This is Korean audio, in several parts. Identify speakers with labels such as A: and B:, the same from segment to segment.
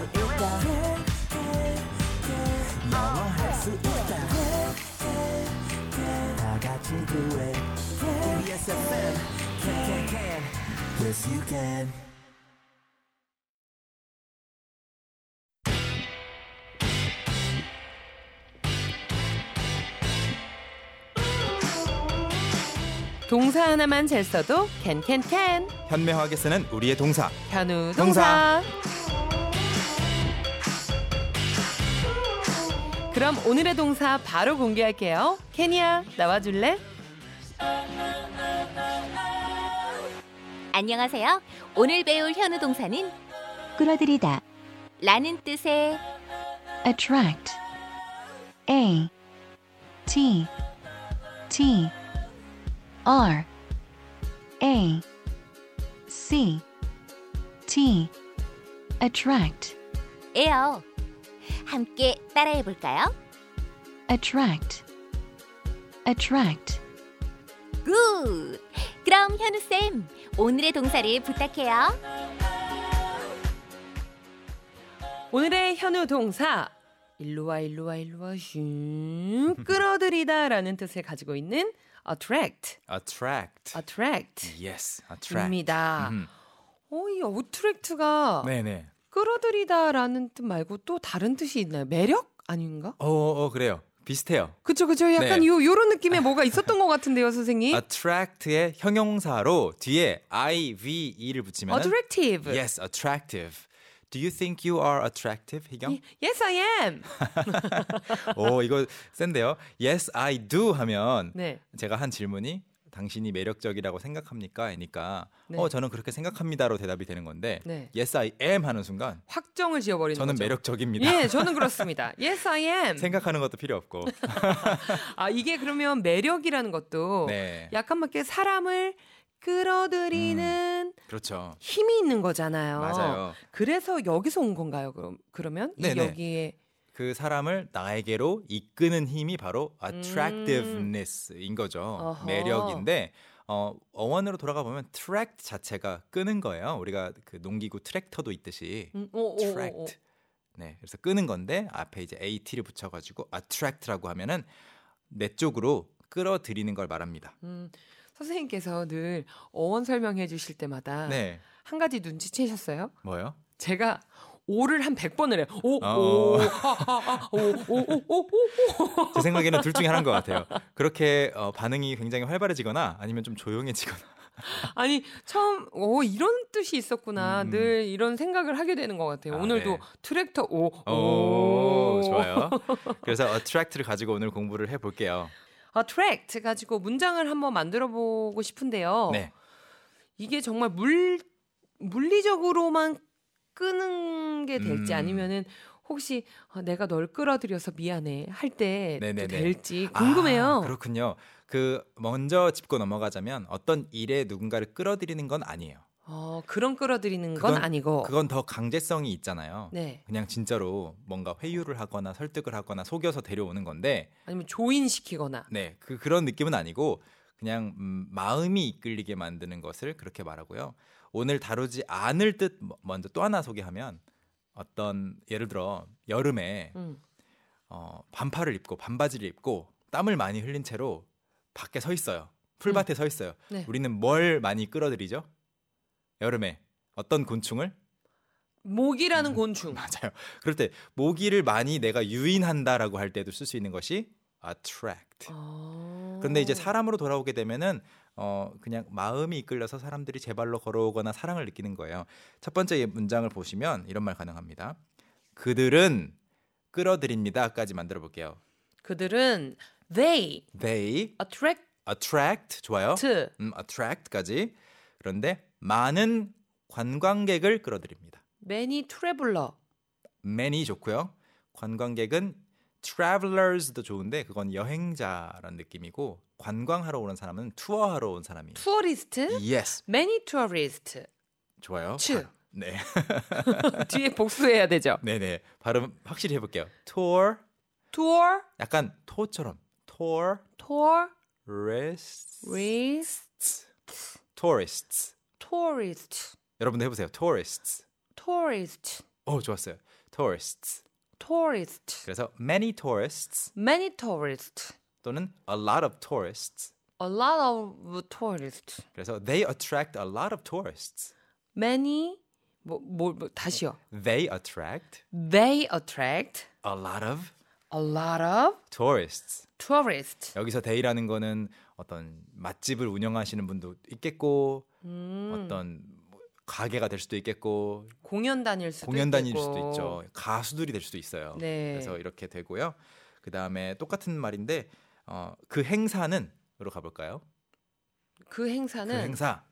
A: 있다 영화할 수 있다 다 같이 do it KBS FM can can can yes you can
B: 동사 하나만 잘 써도 캔캔캔.
C: 현명하게 쓰는 우리의 동사.
B: 현우 동사.
C: 동사.
B: 그럼 오늘의 동사 바로 공개할게요. 케니야 나와줄래?
D: 안녕하세요. 오늘 배울 현우 동사는
E: 끌어들이다.
D: 라는 뜻의
E: attract. A T T R A C T attract.
D: 에요. 함께 따라해 볼까요?
E: attract. attract.
D: 굿! 그럼 현우 쌤, 오늘의 동사를 부탁해요.
B: 오늘의 현우 동사 일로와 일로와 일로와 슝 끌어들이다라는 뜻을 가지고 있는 attract,
C: attract.
B: attract.
C: yes, attract.
B: 아, 입니다.
C: 음.
B: 어, 이 attract가
C: 네, 네.
B: 끌어들이다라는 뜻 말고 또 다른 뜻이 있나요? 매력 아닌가?
C: 어, 어, 그래요. 비슷해요.
B: 그쵸 그쵸 약간
C: 네. 아,
B: 요 요런 느낌의 뭐가 있었던 것 같은데요 선생님.
C: attract의 형용사로 뒤에 i v e를 붙이면
B: attractive.
C: yes, attractive. Do you think you are attractive, 희경?
B: 예, Yes, I am.
C: 오, 이거 센데요. Yes, I do 하면
B: 네.
C: 제가 한 질문이 당신이 매력적이라고 생각합니까? 그러니까
B: 네.
C: 어 저는 그렇게 생각합니다로 대답이 되는 건데
B: 네.
C: yes I am 하는 순간
B: 확정을 지어버리는
C: 저는
B: 거죠.
C: 매력적입니다.
B: 예, 저는 그렇습니다. Yes, I am.
C: 생각하는 것도 필요 없고
B: 아 이게 그러면 매력이라는 것도
C: 네
B: 약간 막 이렇게 사람을 끌어들이는
C: 그렇죠
B: 힘이 있는 거잖아요.
C: 맞아요
B: 그래서 여기서 온 건가요? 그럼 그러면 이
C: 네네.
B: 여기에
C: 그 사람을 나에게로 이끄는 힘이 바로 attractiveness인 거죠
B: 어허.
C: 매력인데 어, 어원으로 돌아가 보면 tract 자체가 끄는 거예요 우리가 그 농기구 트랙터도 있듯이
B: 음, 오, 오, 오, 오.
C: attract. 네, 그래서 끄는 건데 앞에 이제 at를 붙여가지고 attract라고 하면은 내 쪽으로 끌어들이는 걸 말합니다.
B: 음, 선생님께서 늘 어원 설명해 주실 때마다
C: 네,
B: 한 가지 눈치채셨어요?
C: 뭐요?
B: 제가 오를 한 100번을 해요. 오,
C: 어.
B: 오, 아, 아, 아, 오, 오, 오, 오, 오, 오.
C: 제 생각에는 둘 중에 하나인 것 같아요. 그렇게 어, 반응이 굉장히 활발해지거나 아니면 좀 조용해지거나.
B: 아니, 처음, 오, 이런 뜻이 있었구나.
C: 음.
B: 늘 이런 생각을 하게 되는 것 같아요.
C: 아,
B: 오늘도
C: 네.
B: 트랙터 오,
C: 오, 좋아요. 그래서 attract를 가지고 오늘 공부를 해볼게요.
B: attract 아, 가지고 문장을 한번 만들어 보고 싶은데요.
C: 네,
B: 이게 정말 물, 물리적으로만 끄는 게 될지
C: 음.
B: 아니면은 혹시 어, 내가 널 끌어들여서 미안해 할 때
C: 네네네.
B: 될지
C: 아,
B: 궁금해요.
C: 그렇군요. 그 먼저 짚고 넘어가자면 어떤 일에 누군가를 끌어들이는 건 아니에요.
B: 어, 그런 끌어들이는 건
C: 그건-
B: 아니고.
C: 그건 더 강제성이 있잖아요.
B: 네.
C: 그냥 진짜로 뭔가 회유를 하거나 설득을 하거나 속여서 데려오는 건데
B: 아니면 조인시키거나.
C: 네, 그, 그런 느낌은 아니고 그냥 음, 마음이 이끌리게 만드는 것을 그렇게 말하고요. 오늘 다루지 않을 듯 뭐- 먼저 또 하나 소개하면 어떤 예를 들어 여름에
B: 음.
C: 어, 반팔을 입고 반바지를 입고 땀을 많이 흘린 채로 밖에 서 있어요. 풀밭에 서 있어요.
B: 네.
C: 우리는 뭘 많이 끌어들이죠? 여름에 어떤 곤충을?
B: 모기라는
C: 음.
B: 곤충.
C: 맞아요. 그럴 때 모기를 많이 내가 유인한다라고 할 때도 쓸 수 있는 것이 attract.
B: 아.
C: 그런데 이제 사람으로 돌아오게 되면은 어 그냥 마음이 이끌려서 사람들이 제 발로 걸어오거나 사랑을 느끼는 거예요. 첫 번째 문장을 보시면 이런 말 가능합니다. 그들은 끌어들입니다까지 만들어 볼게요.
B: 그들은 they
C: They
B: attract
C: attract 좋아요. 음, attract까지. 그런데 많은 관광객을 끌어들입니다.
B: many traveler.
C: many 좋고요. 관광객은 travelers도 좋은데 그건 여행자라는 느낌이고 관광하러 오는 사람은 투어하러 온 사람이에요.
B: 투어리스트?
C: yes.
B: many tourist.
C: 좋아요.
B: 츠.
C: 바로. 네.
B: 뒤에 복수해야 되죠.
C: 네, 네. 발음 확실히 해 볼게요. tour
B: tour,
C: 약간 토처럼 tour tourists
B: tourist,
C: tourists
B: tourist,
C: 여러분도 해보세요. tourists.
B: tourist,
C: 오 좋았어요. tourists.
B: tourist.
C: 그래서 many tourists
B: many tourists.
C: 또는 a lot of tourists.
B: a lot of tourists.
C: 그래서 they attract a lot of tourists.
B: many 뭐, 뭐, 뭐 다시요.
C: They attract
B: they attract
C: a lot of
B: a lot of
C: tourists.
B: tourists.
C: 여기서 they라는 거는 어떤 맛집을 운영하시는 분도 있겠고
B: 음.
C: 어떤 뭐 가게가 될 수도 있겠고
B: 공연 다닐 수도
C: 공연 다닐
B: 있고.
C: 수도 있죠. 가수들이 될 수도 있어요.
B: 네.
C: 그래서 이렇게 되고요. 그 다음에 똑같은 말인데 어, 그 행사는으로 가볼까요?
B: 그 행사는
C: 그 행사.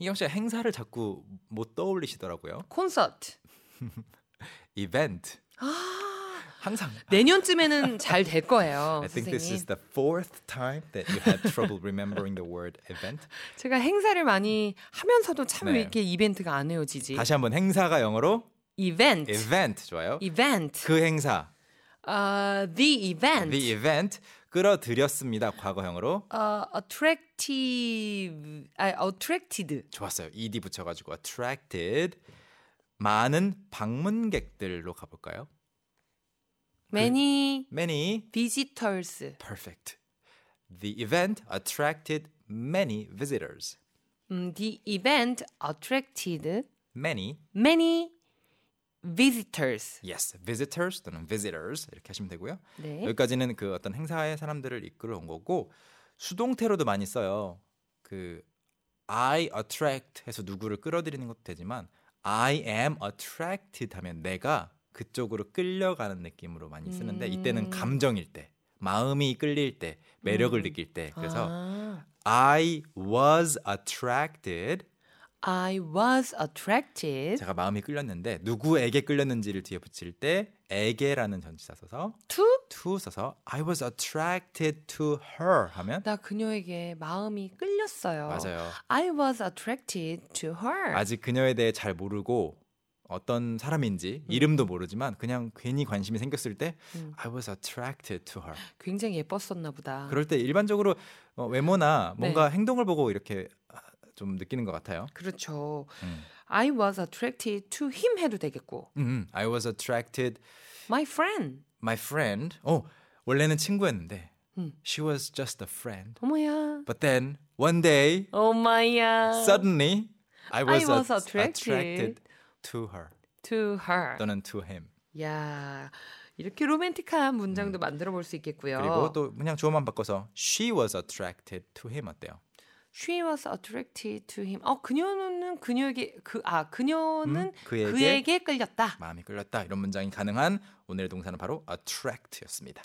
C: 희경 씨가 행사를 자꾸 못 떠올리시더라고요.
B: 콘서트.
C: 이벤트.
B: 아,
C: 항상.
B: 내년쯤에는 잘 될 거예요,
C: I think
B: 어, 선생님.
C: this is the fourth time that you had trouble remembering the word event.
B: 제가 행사를 많이 하면서도 참
C: 네.
B: 왜 이렇게 이벤트가 안 외워지지?
C: 다시 한번 행사가 영어로
B: 이벤트.
C: event 좋아요.
B: 이벤트.
C: 그 행사.
B: 아, the event.
C: The event 끌어들였습니다. 과거형으로.
B: 어, attractive, 아, attracted.
C: 좋았어요. ed 붙여가지고 attracted. 많은 방문객들로 가볼까요? 그
B: many
C: Many
B: visitors.
C: perfect. The event attracted many visitors.
B: 음, the event attracted
C: Many
B: many visitors.
C: yes visitors 또는 visitors 이렇게 하시면 되고요.
B: 네.
C: 여기까지는 그 어떤 행사에 사람들을 이끌어 온 거고 수동태로도 많이 써요. 그 I attract 해서 누구를 끌어들이는 것도 되지만 I am attracted 하면 내가 그쪽으로 끌려가는 느낌으로 많이
B: 음.
C: 쓰는데 이때는 감정일 때, 마음이 끌릴 때, 매력을 느낄 때. 그래서
B: 음. 아,
C: I was attracted
B: I was attracted
C: 제가 마음이 끌렸는데 누구에게 끌렸는지를 뒤에 붙일 때 에게라는 전치사 써서
B: to
C: to 써서 I was attracted to her 하면
B: 나 그녀에게 마음이 끌렸어요.
C: 맞아요.
B: I was attracted to her.
C: 아직 그녀에 대해 잘 모르고 어떤
B: 음.
C: 사람인지 이름도 모르지만 그냥 괜히 관심이 생겼을 때 I was attracted to her.
B: 굉장히 예뻤었나 보다.
C: 그럴 때 일반적으로 어,
B: 네.
C: 외모나 뭔가 행동을 보고 이렇게 아, 좀 느끼는 것 같아요.
B: 그렇죠.
C: 음.
B: I was attracted to him 해도 되겠고.
C: 음, 음. I was attracted
B: My friend.
C: my friend. 어 원래는 친구였는데
B: 음.
C: she was just a friend.
B: 어머야.
C: But then one day
B: 오마야.
C: suddenly I was,
B: 아. I was
C: at-
B: attracted.
C: attracted to her
B: to her.
C: 또는 to him.
B: 야. 이렇게 로맨틱한 문장도 만들어 볼 수 있겠고요.
C: 음. 그리고 또 그냥 주어만 바꿔서 she was attracted to him 어때요?
B: she was attracted to him. 어, 그녀는 그녀에게 그 아 그녀는
C: 음, 그에게?
B: 그에게 끌렸다.
C: 마음이 끌렸다 이런 문장이 가능한 오늘의 동사는 바로 attract였습니다.